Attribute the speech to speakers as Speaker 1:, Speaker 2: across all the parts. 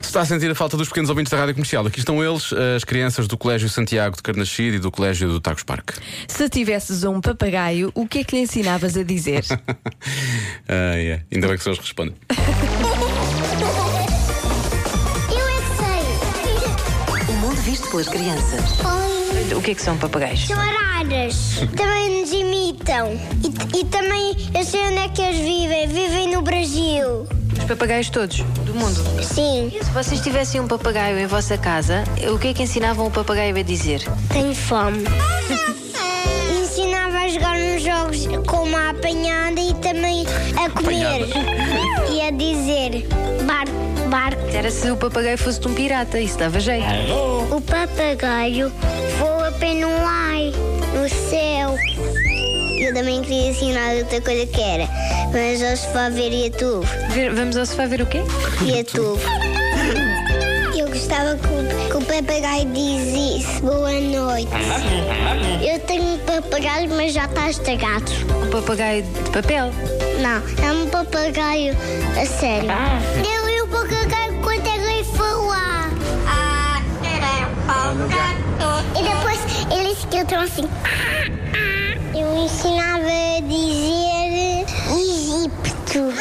Speaker 1: está a sentir a falta dos pequenos ouvintes da rádio comercial. Aqui estão eles, as crianças do Colégio Santiago de Carnachide e do Colégio do Tacos Parque.
Speaker 2: Se tivesses um papagaio, o que é que lhe ensinavas a dizer?
Speaker 1: Ah, é. Ainda bem que só eles respondem.
Speaker 3: Eu é
Speaker 4: O
Speaker 3: que
Speaker 4: mundo visto pelas crianças.
Speaker 3: sei.
Speaker 4: O que é que são papagaios?
Speaker 3: São araras. Também nos imitam. E, e também eu sei onde é que eles vivem. Vivem no Brasil.
Speaker 4: Os papagaios todos, do mundo.
Speaker 3: Sim.
Speaker 4: Se vocês tivessem um papagaio em vossa casa, o que é que ensinavam o papagaio a dizer?
Speaker 3: Tenho fome. Ensinava a jogar nos jogos com uma apanhada e também a comer. E a dizer barco, barco.
Speaker 4: Era se o papagaio fosse de um pirata, isso dava jeito.
Speaker 3: O papagaio voa pelo ar, no céu. Eu também queria ensinar outra coisa que era, mas hoje só ver YouTube.
Speaker 4: Ver- vamos ao sofá ver o quê?
Speaker 3: YouTube. Eu gostava que o, que o papagaio dizisse boa noite. Eu tenho um papagaio, mas já está estragado.
Speaker 4: Um papagaio de papel.
Speaker 3: Não, é um papagaio a sério. Eu e o papagaio é conseguem falar. E depois eles cantam assim. Eu ensinava a dizer Egipto.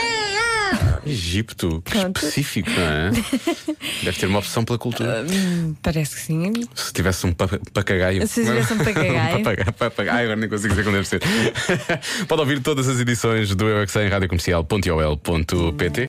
Speaker 1: Egito, Ah, que
Speaker 2: Pronto.
Speaker 1: específico, não é? Deve ter uma opção pela
Speaker 2: Ah,
Speaker 1: cultura.
Speaker 2: Parece que sim.
Speaker 1: Se tivesse um pa papagaio.
Speaker 2: Se tivesse um papagaio.
Speaker 1: Um papagaio, papagaio. Ai, agora nem consigo dizer como deve ser. Pode ouvir todas as edições do Eu é que Sei em radiocomercial.ol.pt